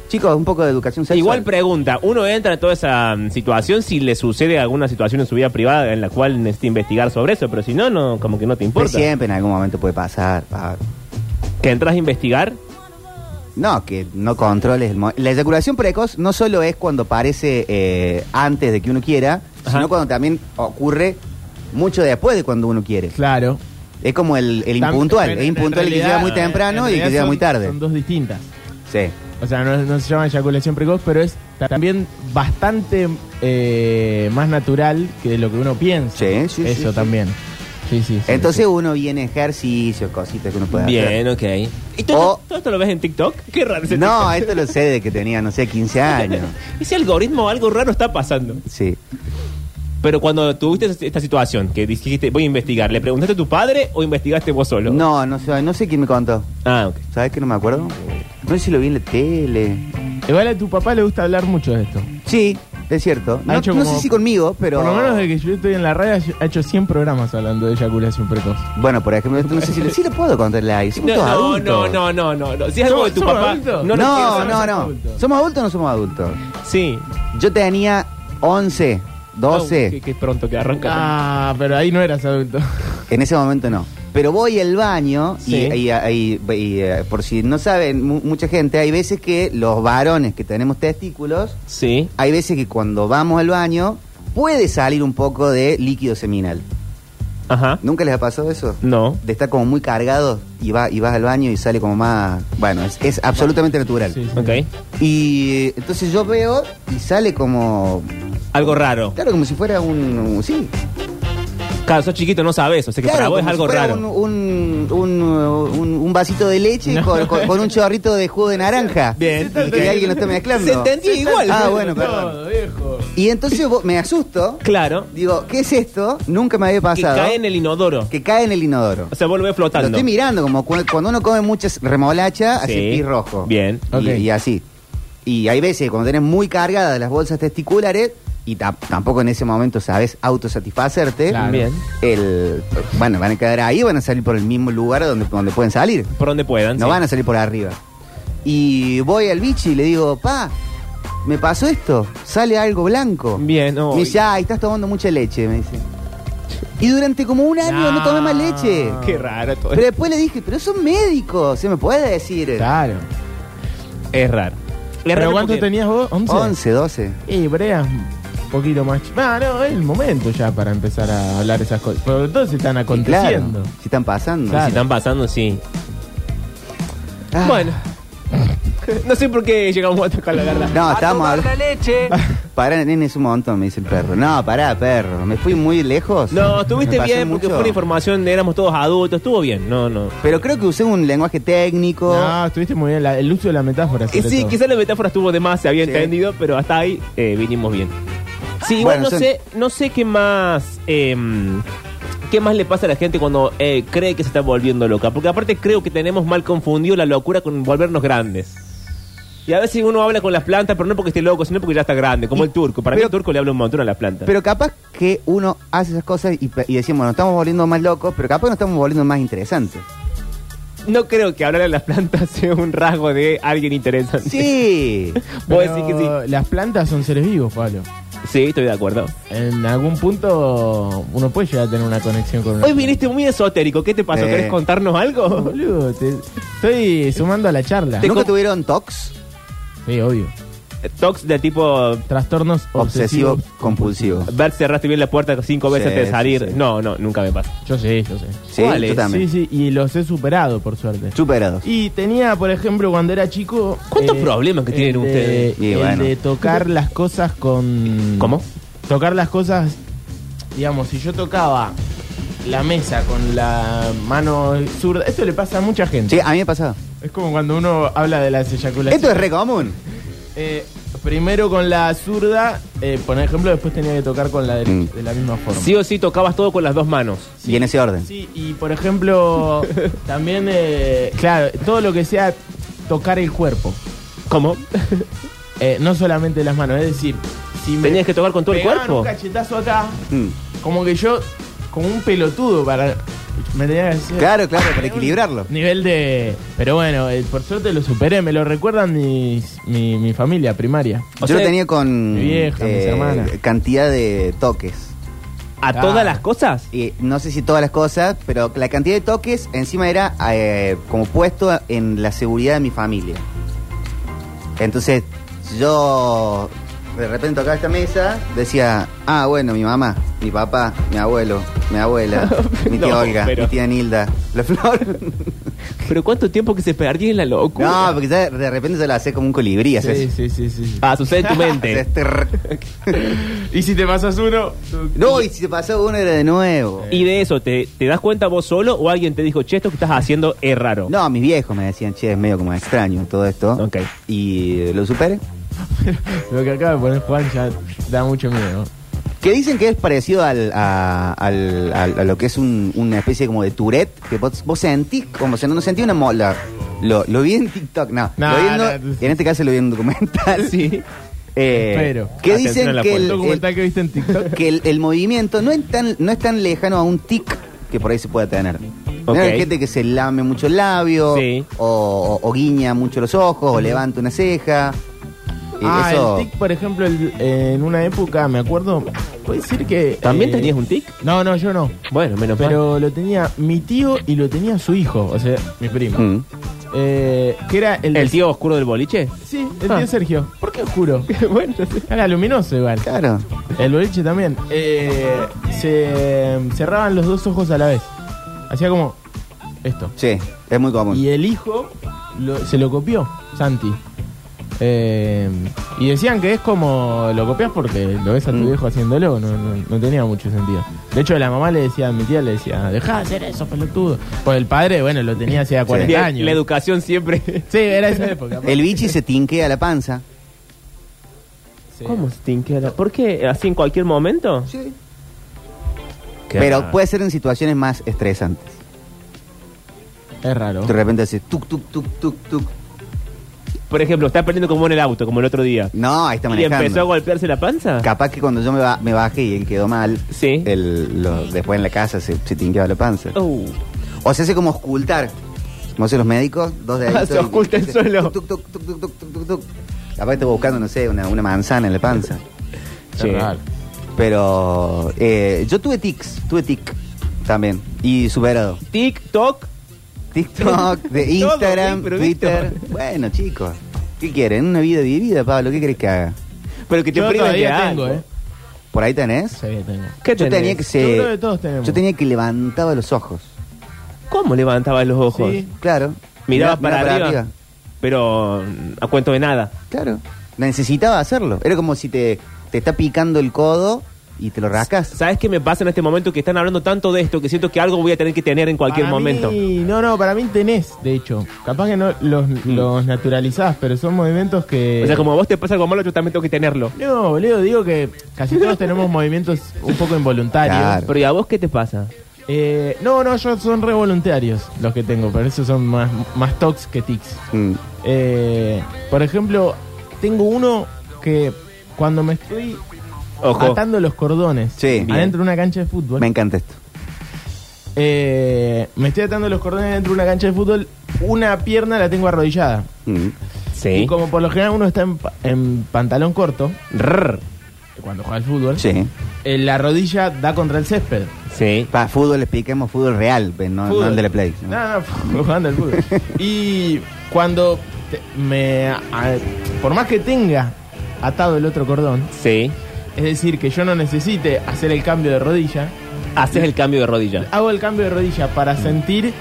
A: Chicos, un poco de educación sexual.
B: Igual pregunta, uno entra a toda esa mm, situación si le sucede alguna situación en su vida privada en la cual necesita investigar sobre eso, pero si no, no como que no te
A: Pero
B: importa.
A: siempre en algún momento puede pasar. Pablo.
B: Que entras a investigar,
A: No, que no controles el mo- La eyaculación precoz no solo es cuando parece eh, antes de que uno quiera,
B: Ajá.
A: sino cuando también ocurre mucho después de cuando uno quiere.
C: Claro.
A: Es como el, el
C: Tam-
A: impuntual.
C: en-
A: Es
C: en
A: impuntual el que
C: realidad-
A: llega muy
C: en-
A: temprano y
C: en
A: el que
C: realidad
A: llega muy
C: son-
A: tarde.
C: Son dos distintas.
A: Sí.
C: O sea, no, no se llama eyaculación precoz, pero es ta- también bastante eh, más natural que lo que uno piensa.
A: Sí, sí, sí,
C: Eso
A: sí.
C: también. Sí, sí. sí,
A: Entonces
C: sí.
A: uno viene ejercicios, cositas que uno puede hacer.
B: Bien, ok. ¿Y todo,
A: O-
B: todo esto lo ves en TikTok? Qué raro. ese
A: No, eh. esto lo sé de que tenía, no sé, 15 años.
B: Ese algoritmo, algo raro está pasando.
A: Sí.
B: Pero cuando tuviste esta- esta situación, que dijiste, voy a investigar, ¿le preguntaste a tu padre o investigaste vos solo?
A: No, no sé, no sé quién me contó.
B: Ah, ok.
A: ¿Sabes que no me acuerdo? No sé si lo vi en la tele.
C: Igual a tu papá le gusta hablar mucho de esto.
A: Sí, es cierto.
C: Ha
A: No,
C: hecho
A: no
C: como-
A: sé si conmigo, pero.
C: Por lo menos desde que yo estoy en la radio, ha hecho 100 programas hablando de eyaculación precoz.
A: Bueno, por ejemplo, esto no sé si lo, sí lo puedo contar live. Somos todos
B: No, no,
A: adultos.
B: no, no, no, no. Si es algo
C: ¿Somos-
B: de tu
C: somos
B: papá.
C: adultos?
A: No,
B: lo quiero
A: no,
B: saber.
A: no.
C: somos adultos.
A: ¿Somos adultos o no somos adultos?
B: Sí.
A: Yo tenía 11, 12.
B: Ah, qué- qué pronto que arranca.
C: Ah, pero ahí no eras adulto.
A: En ese momento no. Pero voy al baño y-
B: Sí.
A: y, y- y, eh, por si no saben mu- mucha gente, hay veces que los varones que tenemos testículos,
B: Sí.
A: hay veces que cuando vamos al baño puede salir un poco de líquido seminal.
B: Ajá.
A: ¿Nunca les ha pasado eso?
B: No.
A: De estar como muy cargado y, va, y vas al baño y sale como más... Bueno, es, es absolutamente natural.
C: Sí, sí.
B: Ok.
A: Y eh, entonces yo veo y sale como...
B: Algo raro.
A: Claro, como si fuera un... un- sí,
B: Claro, sos chiquito, no sabes. O sea que para vos
A: como
B: es
A: si
B: algo
A: fuera
B: raro.
A: Un, un, un, un- un vasito de leche con, con- con un chorrito de jugo de naranja.
B: Bien.
A: Y que alguien lo esté mezclando.
B: Se entendió igual.
A: Ah, bueno, perdón.
C: Todo, viejo.
A: Y entonces vos- me asusto.
B: Claro.
A: Digo, ¿qué es esto? Nunca me había
B: Que
A: pasado.
B: cae en el inodoro.
A: Que cae en el inodoro.
B: O sea, vos lo ves
A: Lo
B: flotando.
A: estoy mirando, como cu- cuando uno come muchas remolacha,
B: Sí.
A: hace pis rojo.
B: Bien.
A: Y,
C: Ok.
A: y así. Y hay veces cuando tenés muy cargadas las bolsas testiculares y ta- tampoco en ese momento sabes autosatisfacerte.
C: Claro.
B: ¿Eh? Bien.
A: El, bueno, van a quedar ahí, van a salir por el mismo lugar donde, donde pueden salir.
B: Por donde puedan.
A: No
B: sí.
A: van a salir por arriba. Y voy al bichi y le digo, pa, me pasó esto, sale algo blanco.
B: Bien, no.
A: Me dice, ay, estás tomando mucha leche, me dice. Y durante como un año no, tomé más leche.
B: Qué raro todo.
A: Pero después le dije, pero son médicos, se me puede decir.
C: Claro.
B: Es raro. Es
C: ¿Pero
B: raro
C: cuánto
B: porque-
C: tenías vos? 11.
A: 11, 12.
C: Y Brea, un poquito más. ch- Ah, no, es el momento ya para empezar a hablar esas cosas. Pero todos se
A: Y
C: están
A: Claro,
C: aconteciendo.
A: si están pasando.
B: Si
C: Claro.
B: están pasando, sí.
A: Ah.
B: Bueno. no sé por qué llegamos a tocar la verdad.
A: No, estábamos hablando. Pará, nene, es un montón, me dice el perro. No, pará, perro. Me fui muy lejos.
B: No,
A: Me
B: estuviste
A: pasé
B: bien porque
A: mucho.
B: fue una información, éramos todos adultos, estuvo bien. No, no.
A: Pero creo que usé un lenguaje técnico.
C: No, estuviste muy bien. la- el uso de la metáfora.
B: Y
C: sobre
B: Eh, sí,
C: todo.
B: quizás la metáfora estuvo de más, se había
A: Sí.
B: entendido, pero hasta ahí eh, vinimos bien. Sí, igual
A: Bueno,
B: no
A: son-
B: sé, no sé qué más eh, qué más le pasa a la gente cuando eh, cree que se está volviendo loca. Porque aparte creo que tenemos mal confundido la locura con volvernos grandes. Y a veces uno habla con las plantas, pero no porque esté loco, sino porque ya está grande, como
A: Y-
B: el turco. Para mí
A: pero-
B: el turco le habla un montón a las plantas.
A: Pero capaz que uno hace esas cosas y, pe- y decimos, bueno, estamos volviendo más locos, pero capaz no estamos volviendo más interesantes.
B: no creo que hablar a las plantas sea un rasgo de alguien interesante.
A: Sí.
B: Vos
C: Pero
B: decís que sí.
C: Las plantas son seres vivos, Pablo.
B: Sí, estoy de acuerdo.
C: En algún punto uno puede llegar a tener una conexión con una
B: Hoy viniste este muy esotérico. ¿Qué te pasó?
A: Eh.
B: ¿Querés contarnos
C: planta.
B: algo?
C: Boludo, te- estoy sumando a la charla.
B: Te-
A: ¿Nunca
B: com-
A: tuvieron tox?
C: Sí, obvio.
B: Tox de tipo.
C: Trastornos
A: Obsesivo
C: obsesivos.
A: compulsivo.
B: Ver, cerraste bien la puerta cinco
A: Sí,
B: veces antes de
A: sí,
B: salir.
A: sí.
B: No, no, nunca me pasa.
C: Yo sé, yo sé.
A: Sí,
B: ¿Cuál
A: yo
B: es?
A: también.
C: Sí, sí, y los he superado, por suerte.
A: Superados.
C: Y tenía, por ejemplo, cuando era chico.
B: ¿Cuántos problemas que
C: el
B: tienen
C: de-
B: ustedes?
A: Y
C: el
A: bueno.
C: de tocar las cosas con.
B: ¿Cómo?
C: Tocar las cosas. Digamos, si yo tocaba la mesa con la mano zurda. Esto le pasa a mucha gente.
A: Sí, a mí me ha pasado.
C: Es como cuando uno habla de las eyaculaciones.
A: Esto es re común.
C: Eh, primero con la zurda, eh, por ejemplo, después tenía que tocar con la derecha,
A: Mm.
C: de la misma forma.
B: Sí o sí tocabas todo con las dos manos.
A: Y en ese orden.
C: Sí, y por ejemplo, también, eh, claro, todo lo que sea tocar el cuerpo.
B: ¿Cómo?
C: Eh, no solamente las manos, es decir, si me
B: ¿Tenías que tocar con todo el
C: pegaban
B: cuerpo?
C: un cachetazo acá,
A: Mm.
C: como que yo, como un pelotudo para... Me tenía que hacer-
A: Claro, claro, para
C: Un
A: equilibrarlo.
C: Nivel de... Pero bueno, eh, por suerte lo superé, me lo recuerdan mis, mi, mi familia primaria.
B: O
A: Yo
B: sea,
A: lo tenía con eh,
C: mi vieja, mis hermanas.
A: cantidad de toques.
B: ¿A
C: Ah.
B: todas las cosas?
A: Y no sé si todas las cosas, pero la cantidad de toques encima era eh, como puesto en la seguridad de mi familia. Entonces, yo de repente tocaba esta mesa, decía, ah, bueno, mi mamá, mi papá, mi abuelo, mi abuela, mi tía
B: No,
A: Olga,
B: pero-
A: mi tía Nilda, la flor.
B: Pero cuánto tiempo que se perdía en la locura.
A: no, porque ya de repente se la hace como un colibrí,
C: Sí,
A: haces-
C: sí, sí, sí.
B: Ah, sucede en tu mente.
A: haces terr-
C: Y si te pasas uno.
A: No, y si se pasó uno era de nuevo.
B: Y de eso, ¿te, ¿te das cuenta vos solo o alguien te dijo, che, esto que estás haciendo es raro?
A: No, mis viejos me decían, che, es medio como extraño todo esto.
B: Ok.
A: Y eh, lo superé.
C: Lo que acaba de poner Juan ya da mucho miedo.
A: Que dicen que es parecido al, a, al- al- a lo que es un- una especie como de Tourette, que vos, vos sentís, como si no, no sentís una mola. Lo, lo vi en TikTok, no.
C: No,
A: lo vi en,
C: no.
A: en este caso lo vi en un documental.
B: Sí.
A: Eh,
C: Pero,
A: que
B: atención a
A: dicen
B: la
A: que,
B: puerta.
A: el,
C: El documental
A: el-
C: que viste en TikTok.
A: que el, el movimiento no es, tan, no es tan lejano a un tic que por ahí se pueda tener. No
B: Ok.
A: hay gente que se lame mucho el labio,
B: Sí.
A: o, o guiña mucho los ojos, o levanta una ceja. Eh,
C: Ah,
A: eso-
C: el tic, por ejemplo, el- eh, en una época, me acuerdo, puede decir que...
B: ¿También
C: eh,
B: tenías un tic?
C: No, no, yo no.
B: Bueno, menos mal.
C: Pero lo tenía mi tío y lo tenía su hijo, o sea, mi primo.
A: Mm.
C: Eh, que era el...
B: ¿El tío oscuro del boliche?
C: Sí, el
B: Ah.
C: tío Sergio. ¿Por qué oscuro?
B: bueno,
C: Era luminoso igual.
A: Claro.
C: El boliche también. Eh, se cerraban los dos ojos a la vez. Hacía como esto.
A: Sí, es muy común.
C: Y el hijo lo- se lo copió, Santi. Eh, y decían que es como lo copias porque lo ves a tu
A: Mm.
C: viejo haciéndolo, no, no- no tenía mucho sentido. De hecho, la mamá le decía, mi tía le decía, dejá de hacer eso, pelotudo. Pues el padre, bueno, lo tenía hacía 40 años.
B: La educación siempre.
C: sí, era esa época.
A: El bichi se tinquea la panza.
C: Sí.
B: ¿Cómo se tinquera? ¿Por qué? ¿Así en cualquier momento?
A: Sí.
B: Qué
A: Pero
B: raro.
A: puede ser en situaciones más estresantes.
C: Es
B: Oh.
C: raro.
A: De repente hace tuk, tuk, tuk, tuk, tuk.
B: Por ejemplo, está perdiendo como en el auto, como el otro día.
A: No, ahí está
B: ¿Y empezó a
A: manejando.
B: golpearse la panza?
A: Capaz que cuando yo me, ba- me baje y él quedó mal,
B: Sí.
A: él lo- después en la casa se, se tinqueaba la panza.
B: Oh.
A: O se hace como ocultar. Como hacen los médicos, dos de
B: Se oculta el suelo.
A: Tuk, tuk, tuk, tuk, tuk, tuk, tuk, tuk. Capaz que estaba buscando, no sé, una, una manzana en la panza.
C: Es
B: Che.
C: raro.
A: Pero eh, yo tuve tics, tuve tic también. Y superado.
B: TikTok.
A: TikTok, de
B: Todo,
A: Instagram,
B: sí, pero
A: Twitter.
B: Víctor.
A: Bueno, chicos, ¿qué quieren? Una vida vivida, Pablo, ¿qué querés que haga?
B: Pero que te
C: Yo
B: privan de
C: todavía
B: algo.
C: tengo, ¿eh?
A: ¿Por ahí tenés?
C: Sí, tengo.
B: ¿Qué
A: yo
B: tenés?
A: tenía que
C: Yo
A: se-
C: creo que todos tenemos.
A: yo tenía que levantaba los ojos.
B: ¿Cómo levantabas los ojos?
C: Sí.
A: Claro.
B: Mirabas
A: Mirá-
B: para,
A: mirá
B: arriba, Pero mm, a cuento de nada.
A: Claro. Necesitaba hacerlo. Era como si te, te está picando el codo y te lo rascas.
B: ¿Sabes qué me pasa en este momento? Que están hablando tanto de esto que siento que algo voy a tener que tener en cualquier
C: Para
B: momento.
C: mí- no, no, para mí tenés, de hecho. Capaz que no los, los naturalizás, pero son movimientos que...
B: Mm. O sea, como a vos te pasa algo malo, yo también tengo que tenerlo.
C: No, boludo, digo que casi todos tenemos movimientos un poco involuntarios.
A: Claro.
B: Pero ¿y a vos qué te pasa?
C: Eh, no, no, yo son re voluntarios los que tengo, pero esos son más, más tocs que tics.
A: Mm.
C: Eh, por ejemplo, tengo uno que cuando me estoy
B: Ojo.
C: atando los cordones
A: Sí. Bien.
C: adentro de una cancha de fútbol,
A: Me encanta esto.
C: eh, me estoy atando los cordones dentro de una cancha de fútbol, una pierna la tengo arrodillada.
A: Mm.
B: Sí.
C: Y como por lo general uno está en, pa- en pantalón corto, cuando juega al fútbol,
A: Sí.
C: eh, la rodilla da contra el césped.
B: Sí.
A: Para fútbol expliquemos fútbol real, pues, no, no
C: Fútbol.
A: el de la Play.
C: No, no, fútbol, jugando al fútbol. y cuando te- me. a- por más que tenga atado el otro cordón,
B: Sí.
C: es decir, que yo no necesite hacer el cambio de rodilla,
B: Haces el cambio de rodilla.
C: hago el cambio de rodilla para
A: Mm.
C: sentir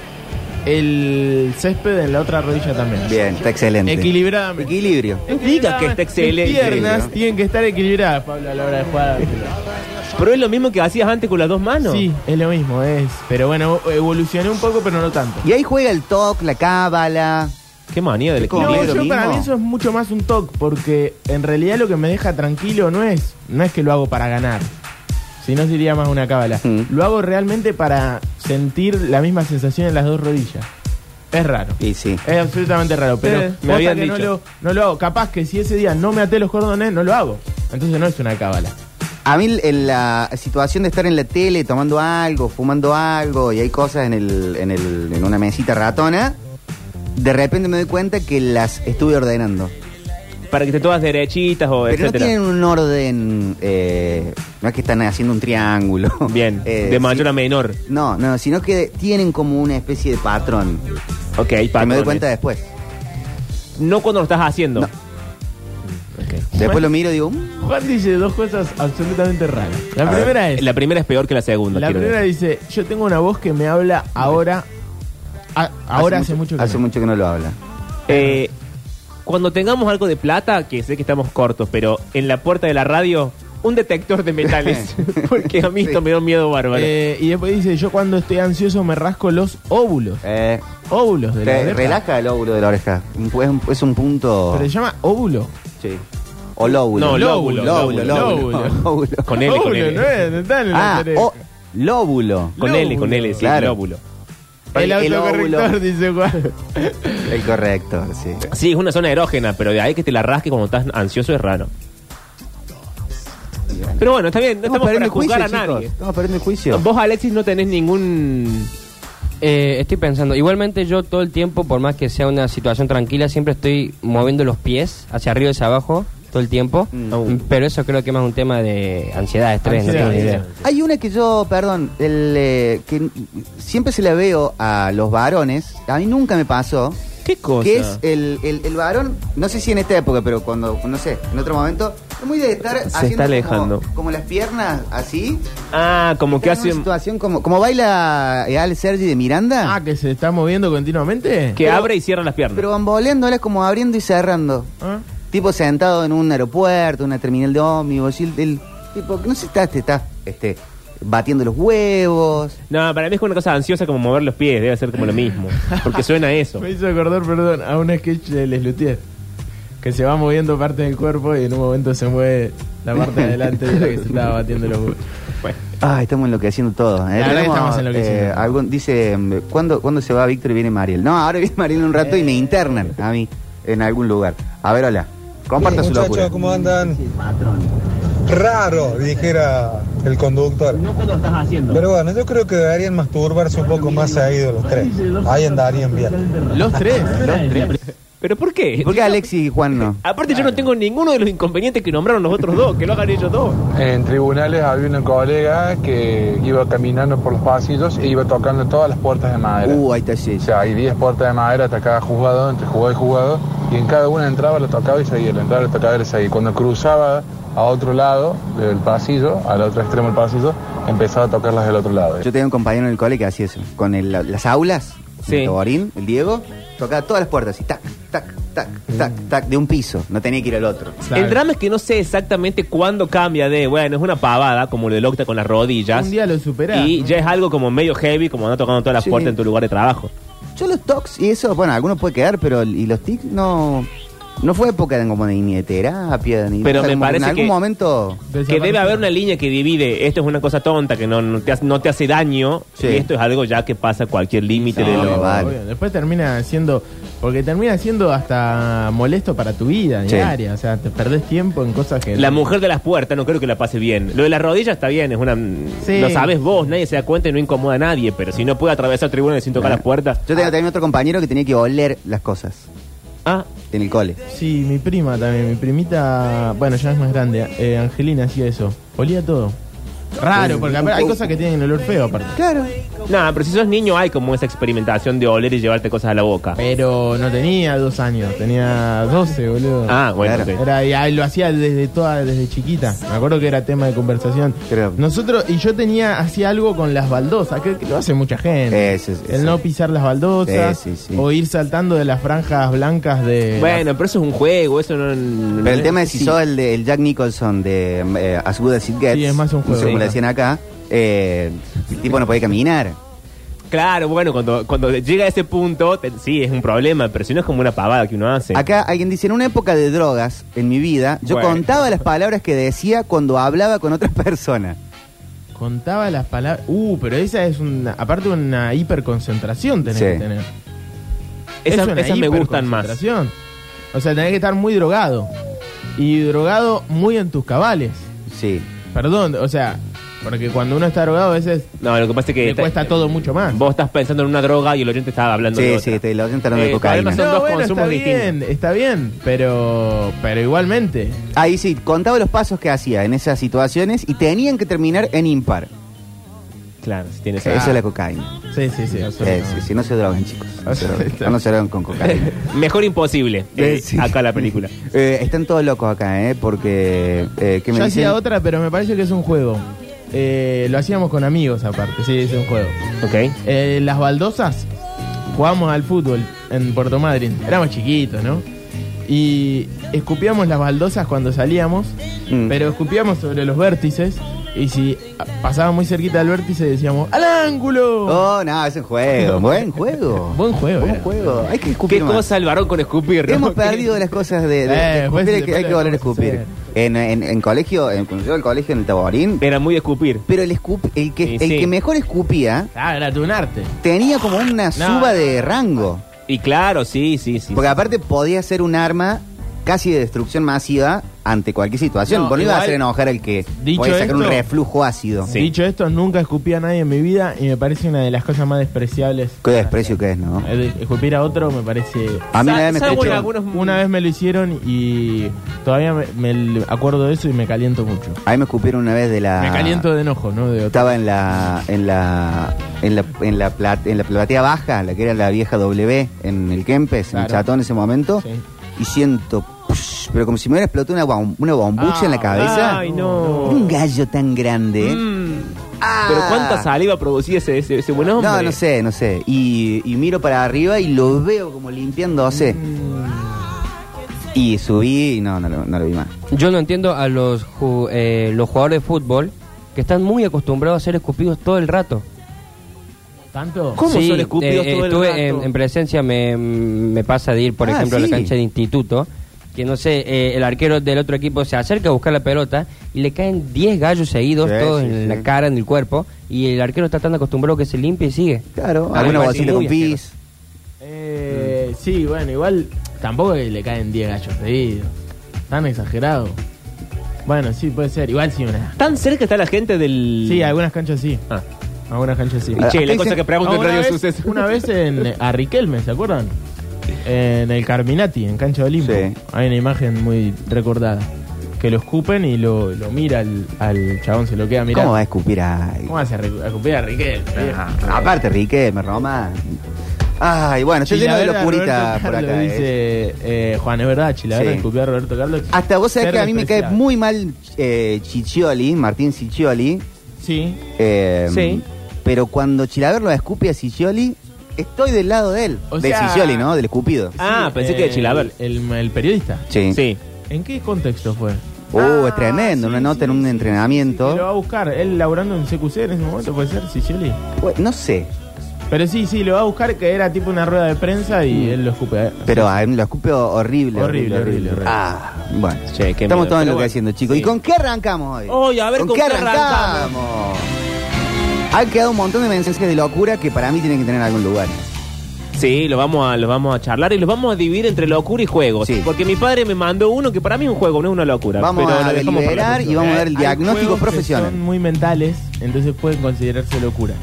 C: el césped en la otra rodilla también.
A: Bien, está excelente.
C: Equilibradamente.
A: Equilibrio.
B: No digas que está excelente.
C: Mis piernas
A: Equilibrio.
C: tienen que estar equilibradas, Pablo, a la hora de jugar.
B: Pero es lo mismo que hacías antes con las dos manos.
C: Sí, es lo mismo, es. Pero bueno, evolucioné un poco, pero no tanto.
A: Y ahí juega el toc, la cábala.
B: Qué manía del
A: Qué
B: equilibrio.
C: No,
A: Conmigo
C: yo
A: mismo.
C: para mí eso es mucho más un TOC, porque en realidad lo que me deja tranquilo no es, no es que lo hago para ganar. Si no sería más una cábala.
A: Mm.
C: Lo hago realmente para sentir la misma sensación en las dos rodillas. Es raro.
A: Y sí.
C: Es absolutamente raro, pero
B: Eh, me
C: posta
B: habían
C: que No,
B: dicho.
C: lo, no lo hago. Capaz que si ese día no me até los cordones, no lo hago. Entonces no es una cábala.
A: A mí en la situación de estar en la tele tomando algo, fumando algo y hay cosas en, el, en, el, en una mesita ratona, de repente me doy cuenta que las estuve ordenando.
B: Para que te todas derechitas
A: Pero
B: o
A: no
B: etcétera.
A: tienen un orden, eh, no es que están haciendo un triángulo.
B: Bien.
A: Eh,
B: de mayor
A: sí-
B: a menor.
A: No, no, sino que tienen como una especie de patrón.
B: Ok,
A: Que me doy
B: patrones.
A: cuenta después.
B: No cuando lo estás haciendo.
A: No.
B: Ok.
A: Después lo miro y digo, mm,
C: Juan dice dos cosas absolutamente raras. La
A: A ver,
C: primera es.
B: La primera es peor que la segunda.
C: La
B: quiero
C: primera
B: decir.
C: dice, yo tengo una voz que me habla ahora. a- ahora hace mucho, que
A: hace
C: no.
A: mucho que no lo habla.
B: Eh, cuando tengamos algo de plata, que sé que estamos cortos, pero en la puerta de la radio, un detector de metales. porque a mí esto
A: Sí.
B: me dio miedo bárbaro.
C: Eh, y después dice, yo cuando estoy ansioso me rasco los óvulos.
A: Eh,
C: Óvulos de la
A: te
C: oreja.
A: relaja el óvulo de la oreja. Es un, es un punto.
C: Pero se llama óvulo.
A: Sí. O lóbulo.
B: No, lóbulo,
A: Lóbulo,
C: lóbulo,
A: lóbulo. lóbulo.
B: Con L, con
C: Óvulo,
B: L.
C: no es, no está en la
A: Ah,
C: oreja.
A: o lóbulo.
B: con L, con L, sí,
A: Claro.
B: lóbulo.
C: el
A: el
C: autocorrector
A: óvulo.
C: dice Juan.
A: El correcto, sí.
B: Sí, es una zona erógena, pero de ahí que te la rasque cuando estás ansioso es raro. Pero bueno, está bien, no estamos para juzgar a
A: chicos.
B: nadie.
A: Estamos perdiendo el juicio.
B: Vos, Alexis, no tenés ningún.
D: Eh, estoy pensando, igualmente yo todo el tiempo, por más que sea una situación tranquila, siempre estoy moviendo los pies hacia arriba y hacia abajo todo el tiempo.
A: Mm.
D: Pero eso creo que es más un tema de ansiedad, estrés,
C: Ansiedad,
D: no tengo ni idea.
C: ansiedad.
A: Hay una que yo, perdón, el, eh, que n- siempre se la veo a los varones, a mí nunca me pasó,
B: ¿Qué cosa?
A: que es el, el- el varón, no sé si en esta época, pero cuando, no sé, en otro momento, es muy de estar haciendo
B: está alejando.
A: Como, como las piernas así,
B: Ah, como que
A: Está en
B: hace.
A: una situación como, como baila eh, Al Sergi de Miranda,
C: Ah, que se está moviendo continuamente.
B: Que abre y cierra las piernas.
A: pero bamboleándolas como abriendo y cerrando.
C: Ah.
A: Tipo sentado en un aeropuerto, una terminal de ómnibus, y el, el tipo, no sé, está, te está este, batiendo los huevos.
B: No, para mí es una cosa ansiosa como mover los pies, debe ser como lo mismo. Porque suena a eso.
C: Me hizo acordar, perdón, a un sketch de Les Luthiers. Que se va moviendo parte del cuerpo y en un momento se mueve la parte de adelante de la que se estaba batiendo los huevos.
B: Bueno,
A: Ah, estamos enloqueciendo todo. ¿eh?
C: La verdad que
A: Tenemos,
C: estamos enloqueciendo.
A: eh, algún- dice, mm, ¿cuándo, ¿cuándo se va Víctor y viene Mariel? No, ahora viene Mariel un rato y me internan a mí en algún lugar. A ver, hola. Comparta su locura.
E: Muchachos, ¿cómo andan? Raro, dijera el conductor. Pero bueno, yo creo que deberían masturbarse un poco más seguido los tres. Ahí andarían bien.
C: Los tres.
B: ¿Pero por qué?
A: Eh, ¿Por qué Alexis y Juan no?
B: Aparte, yo no tengo ninguno de los inconvenientes que nombraron los otros dos, que lo hagan ellos dos.
F: En tribunales había una colega que iba caminando por los pasillos e iba tocando todas las puertas de madera.
A: Uh, ahí está sí.
F: O sea, hay 10 puertas de madera hasta cada juzgado, entre juzgado y juzgado, y en cada una entraba, la tocaba y seguía, la entraba, la tocaba y la seguía. Cuando cruzaba a otro lado del pasillo, al otro extremo del pasillo, empezaba a tocarlas del otro lado.
A: Yo tenía un compañero en el cole que hacía eso. Con el- las aulas,
B: Sí.
A: el Toborín, el Diego, tocaba todas las puertas y tac, tac, tac, tac, tac, de un piso. No tenía que ir al otro.
C: Claro.
B: El drama es que no sé exactamente cuándo cambia de, bueno, es una pavada, como lo del Octa con las rodillas.
C: Un día lo superás.
B: Y ya es algo como medio heavy, como andar tocando todas las
A: Sí.
B: puertas en tu lugar de trabajo.
A: Yo los tocs y eso, bueno, algunos puede quedar, pero y los tics no. No fue época de, como de, ni de terapia, ni
B: Pero
A: o sea,
B: me
A: como
B: parece
A: En algún
B: que-
A: momento.
B: Que debe haber una línea que divide, esto es una cosa tonta, que no, no te, hace, no te hace daño,
A: Sí.
B: y esto es algo ya que pasa cualquier límite de
A: No,
B: lo...
A: vale.
C: Obvio, Después termina siendo. Porque termina siendo hasta molesto para tu vida
A: Sí.
C: diaria. O sea, te perdés tiempo en cosas que.
B: La mujer de las puertas no creo que la pase bien. Lo de las rodillas está bien, es una...
C: Sí.
B: Lo sabes vos, nadie se da cuenta y no incomoda a nadie, pero si no puede atravesar tribunales sin tocar las puertas...
A: Yo tenía también otro compañero que tenía que oler las cosas
B: Ah,
A: en el cole.
C: Sí, mi prima también. Mi primita. Bueno, ya es más grande. eh, Angelina hacía eso. Olía todo. Raro, porque aparte hay cosas que tienen olor feo aparte.
A: Claro.
B: nada, pero si sos niño hay como esa experimentación de oler y llevarte cosas a la boca.
C: Pero no tenía dos años, tenía 12, boludo.
B: Ah, bueno,
A: Claro.
B: ok.
C: Era, y ahí lo hacía desde toda, desde chiquita. Me acuerdo que era tema de conversación.
A: Creo.
C: Nosotros, y yo tenía, hacía algo con las baldosas, que, que lo hace mucha gente.
A: Eso, eso.
C: El no pisar las baldosas,
A: Sí, sí, sí.
C: o ir saltando de las franjas blancas de...
B: Bueno, pero eso es un juego, eso no... no-
A: Pero el tema es si
B: sí.
A: sos el, de- el Jack Nicholson de eh, As Good As It Gets.
C: Sí, es más un juego.
A: no sé cómo
C: Sí.
A: le decían acá. eh, el tipo no podía caminar.
B: Claro, bueno, cuando, cuando llega a ese punto, te- sí, es un problema, pero si no es como una pavada que uno hace.
A: Acá alguien dice, en una época de drogas, en mi vida, yo
B: Bueno.
A: contaba las palabras que decía cuando hablaba con otra persona.
C: Contaba las palabras... Uh, pero esa es una... Aparte una hiperconcentración tenés
A: Sí.
C: que tener.
B: esas
C: Es una
B: esas me gustan más.
C: hiperconcentración. O sea, tenés que estar muy drogado. Y drogado muy en tus cabales.
A: Sí.
C: Perdón, o sea, porque cuando uno está drogado a veces
B: No, lo que pasa es que
C: le
B: está-
C: cuesta todo mucho más.
B: vos estás pensando en una droga y el oyente estaba hablando de
A: Sí,
B: otra.
A: sí, te lo orientan hablando de
B: Eh,
A: cocaína.
B: problemas son dos consumos
C: está bien,
B: distintos.
C: está bien, pero, pero igualmente.
A: Ahí sí, contaba los pasos que hacía en esas situaciones y tenían que terminar en impar.
B: Claro, si tienes
A: Eso es la cocaína.
C: Sí, sí, sí.
A: Eh, sí,
C: absolutamente.
A: sí, no se droguen, chicos. No se droguen, No se droguen con cocaína.
B: Mejor imposible. eh,
A: Eh, sí.
B: Acá la película.
A: Eh, están todos locos acá, ¿eh? Porque. Eh, ¿Qué me
C: Yo
A: dicen?
C: hacía otra, pero me parece que es un juego. Eh, lo hacíamos con amigos aparte, sí, es un juego.
B: Ok.
C: Eh, las baldosas, jugábamos al fútbol en Puerto Madryn. Éramos chiquitos, ¿no? Y escupíamos las baldosas cuando salíamos,
A: Mm.
C: pero escupíamos sobre los vértices. Y si ah, pasaba muy cerquita del vértice, decíamos ¡Al ángulo!
A: Oh, no, es un juego. Buen juego.
C: Buen juego,
A: Buen
C: era.
A: juego. Hay que escupir.
B: eh. ¿Qué
A: más.
B: cosa el varón con escupir? no?
A: Hemos perdido las cosas de, de- de
C: Eh,
A: escupir,
C: pues,
A: hay que, hay que volver a
C: después lo
A: escupir.
C: vamos
A: En, en- en colegio, en, cuando yo iba al colegio en el Taborín,
B: Era muy de escupir.
A: pero el, escup- el, que,
B: Sí,
A: el
B: sí.
A: que mejor escupía
C: Ah, era tu un arte.
A: tenía como una suba de rango.
B: Y claro, sí, sí, sí.
A: Porque aparte podía ser un arma casi de destrucción masiva ante cualquier situación.
C: No,
A: Porque no iba a
C: igual,
A: hacer enojar al que
C: dicho
A: podía sacar un
C: esto,
A: reflujo ácido.
B: Sí.
C: Dicho esto, nunca escupí a nadie en mi vida y me parece una de las cosas más despreciables.
A: Qué desprecio que es, ¿no?
C: Eh, Escupir a otro me parece...
A: A mí
B: Sa-
A: una vez me
B: salvo en
A: escuchó.
B: algunos-
C: Una vez me lo hicieron y todavía me, me acuerdo de eso y me caliento mucho.
A: A mí me escupieron una vez de la.
C: Me caliento de enojo, ¿no? De otro.
A: Estaba en la, en la, en la, en la, plat- en la platea baja, la que era la vieja W en el Kempes, en
C: Claro.
A: el Chatón en ese momento,
C: Sí.
A: y siento, psh, pero como si me hubiera explotado una, bom- una bombucha en la
C: Ah,
A: cabeza.
B: Ay, no.
A: Un gallo tan grande. ¿eh?
B: Mm.
A: Ah.
B: Pero cuánta saliva producía ese, ese, ese buen hombre.
A: No, no sé, no sé. Y, y miro para arriba y lo veo como limpiándose.
C: Mm.
A: Y subí y no, no, lo- no lo vi más.
D: Yo no entiendo a los, ju- eh, los jugadores de fútbol que están muy acostumbrados a ser escupidos todo el rato. eh,
C: ¿Tanto?
B: ¿Cómo son escupidos todo el
D: estuve
B: rato?
D: En, en presencia, me, me pasa de ir, por
A: Ah,
D: ejemplo, a
A: sí.
D: la cancha de instituto, que no sé, eh, el arquero del otro equipo se acerca a buscar la pelota y le caen 10 gallos seguidos,
A: Sí,
D: todos
A: sí,
D: en
A: sí.
D: la cara, en el cuerpo, y el arquero está tan acostumbrado que se limpia y sigue.
A: Claro,
C: Ah,
D: A mí
A: alguna
D: me
A: bolsita
D: parece
A: con
D: muy
A: pis.
C: Eh, sí, bueno, igual tampoco es que le caen 10 gallos seguidos. Tan exagerado. Bueno, sí, puede ser. Igual sí, una.
B: Tan cerca está la gente del.
C: Sí, algunas canchas sí.
B: Ah.
C: Algunas canchas sí.
B: Y che, la
A: Acá
B: cosa
A: dice-
B: que pregunto
C: Ah,
B: en
C: una,
B: Radio
C: vez,
B: Suceso.
C: una vez en a Riquelme, ¿se acuerdan? En el Carminati, en Cancha de Olimpo.
A: Sí.
C: Hay una imagen muy recordada. Que lo escupen y lo, lo mira al, al chabón, se lo queda mirando.
A: ¿Cómo va a escupir a.?
C: ¿Cómo vas a, re- a escupir a Riquelme?
A: Ah, Aparte, Riquelme, Roma. Ay, bueno, yo
C: Y la
A: lleno de
C: verdad,
A: locurita
C: Roberto
A: por
C: Carlos
A: acá. ¿eh?
C: Dice, eh, Juan, es verdad, Chila,
A: Sí.
C: verdad, escupió a Roberto Carlos.
A: Hasta vos sabés
C: Ser
A: que a mí me cae
C: despreciable.
A: muy mal eh, Ciccioli, Martín Ciccioli.
C: Sí.
A: eh,
B: Sí.
A: Pero cuando Chilaver lo escupe a Ciccioli, estoy del lado de él.
C: O
A: de
C: sea-
A: Ciccioli, ¿no? Del escupido.
B: Ah,
C: Sí,
B: pensé
C: eh,
B: que de Chilaver.
C: El, el periodista.
A: Sí.
B: Sí.
C: ¿En qué contexto fue?
B: Ah,
A: Uh, es tremendo. una nota en un entrenamiento.
C: Sí, lo va a buscar. Él laburando en CQC en ese momento, puede ser, Sicioli.
A: Bueno, Pues, no sé.
C: Pero sí, sí, lo va a buscar, que era tipo una rueda de prensa y él lo escupe. eh.
A: Mm. Pero a él lo escupe horrible.
C: Horrible, horrible, horrible.
A: Ah, bueno.
B: Che, qué
A: Estamos
B: miedo.
A: todos
B: Pero
A: enloqueciendo,
B: bueno,
A: chicos.
B: sí.
A: ¿Y con qué arrancamos hoy?
B: Hoy, a ver, ¿con qué
A: arrancamos? Han quedado un montón de mensajes de locura que para mí tienen que tener algún lugar.
B: Sí, los vamos, a, los vamos a charlar y los vamos a dividir entre locura y juegos.
A: Sí.
B: Porque mi padre me mandó uno que para mí es un juego, no es una locura.
A: Vamos
B: pero
A: a
B: lo dejamos para ¿eh? la
A: deliberar y
B: próxima.
A: vamos a dar
C: Hay
A: el diagnóstico
C: juegos que
A: profesional.
C: Son muy mentales, entonces pueden considerarse locura.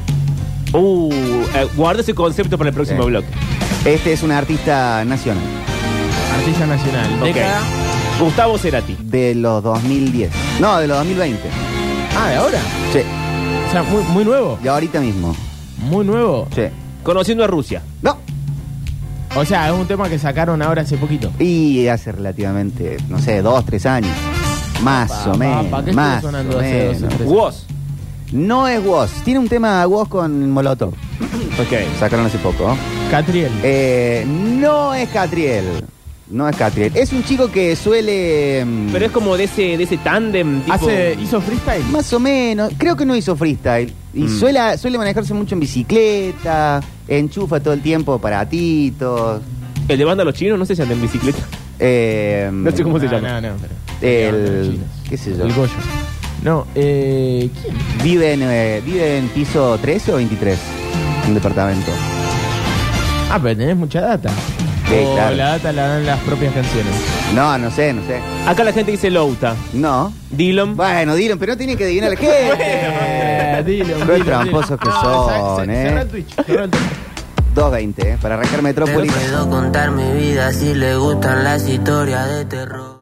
B: Uh, eh, guarda ese concepto para el próximo
A: Sí.
B: bloque.
A: Este es un artista nacional
C: Artista nacional.
B: Ok.
C: Década.
B: Gustavo Cerati.
A: de los 2010. No, de los 2020.
C: Ah, de ahora.
A: Sí,
C: O sea, muy, muy nuevo.
A: de ahorita mismo.
C: Muy nuevo.
A: Sí.
B: Conociendo a Rusia.
A: No.
C: O sea, es un tema que sacaron ahora hace poquito.
A: Y hace relativamente, no sé, dos, tres años. Más
C: Pa,
A: o
C: pa,
A: menos.
C: pa, ¿qué estuvo
A: más
C: sonando
A: o
C: hace dos o
A: menos.
C: tres?
B: Woz.
A: No es Woz. Tiene un tema Woz con Molotov.
B: Ok.
A: Sacaron hace poco. ¿no?
C: Catriel.
A: Eh, no es Catriel. No es Catriel. Es un chico que suele. mm,
B: Pero es como de ese, de ese tándem tipo.
C: Hace, hizo freestyle.
A: Más o menos. Creo que no hizo freestyle. Y
C: Mm.
A: suele, suele manejarse mucho en bicicleta. Enchufa todo el tiempo aparatitos.
B: El de banda los chinos, no sé si anda en bicicleta.
A: eh,
B: No sé cómo se
C: No,
B: llama.
C: no, no, pero-
A: El. ¿Qué sé yo?
C: El Goyo. No, eh. ¿Quién?
A: Vive en, eh, vive en piso 13 o 23. Un departamento.
C: Ah, pero tenés mucha data.
A: Sí,
C: o
A: claro.
C: la data la dan las propias canciones.
A: No, no sé, no sé.
B: Acá la gente dice Louta.
A: No.
B: Dylan.
A: Bueno, Dylan, pero no tienen que adivinar la gente.
C: Eh, dilo,
A: Qué
C: dilo,
A: tramposos
C: dilo.
A: que
C: No,
A: son,
C: sa- sa-
A: eh.
C: cerrá el Twitch, cerrá el Twitch.
A: 2.20, eh, para arrancar
G: Te
A: Metrópolis.
G: puedo contar mi vida si le gustan las historias de terror.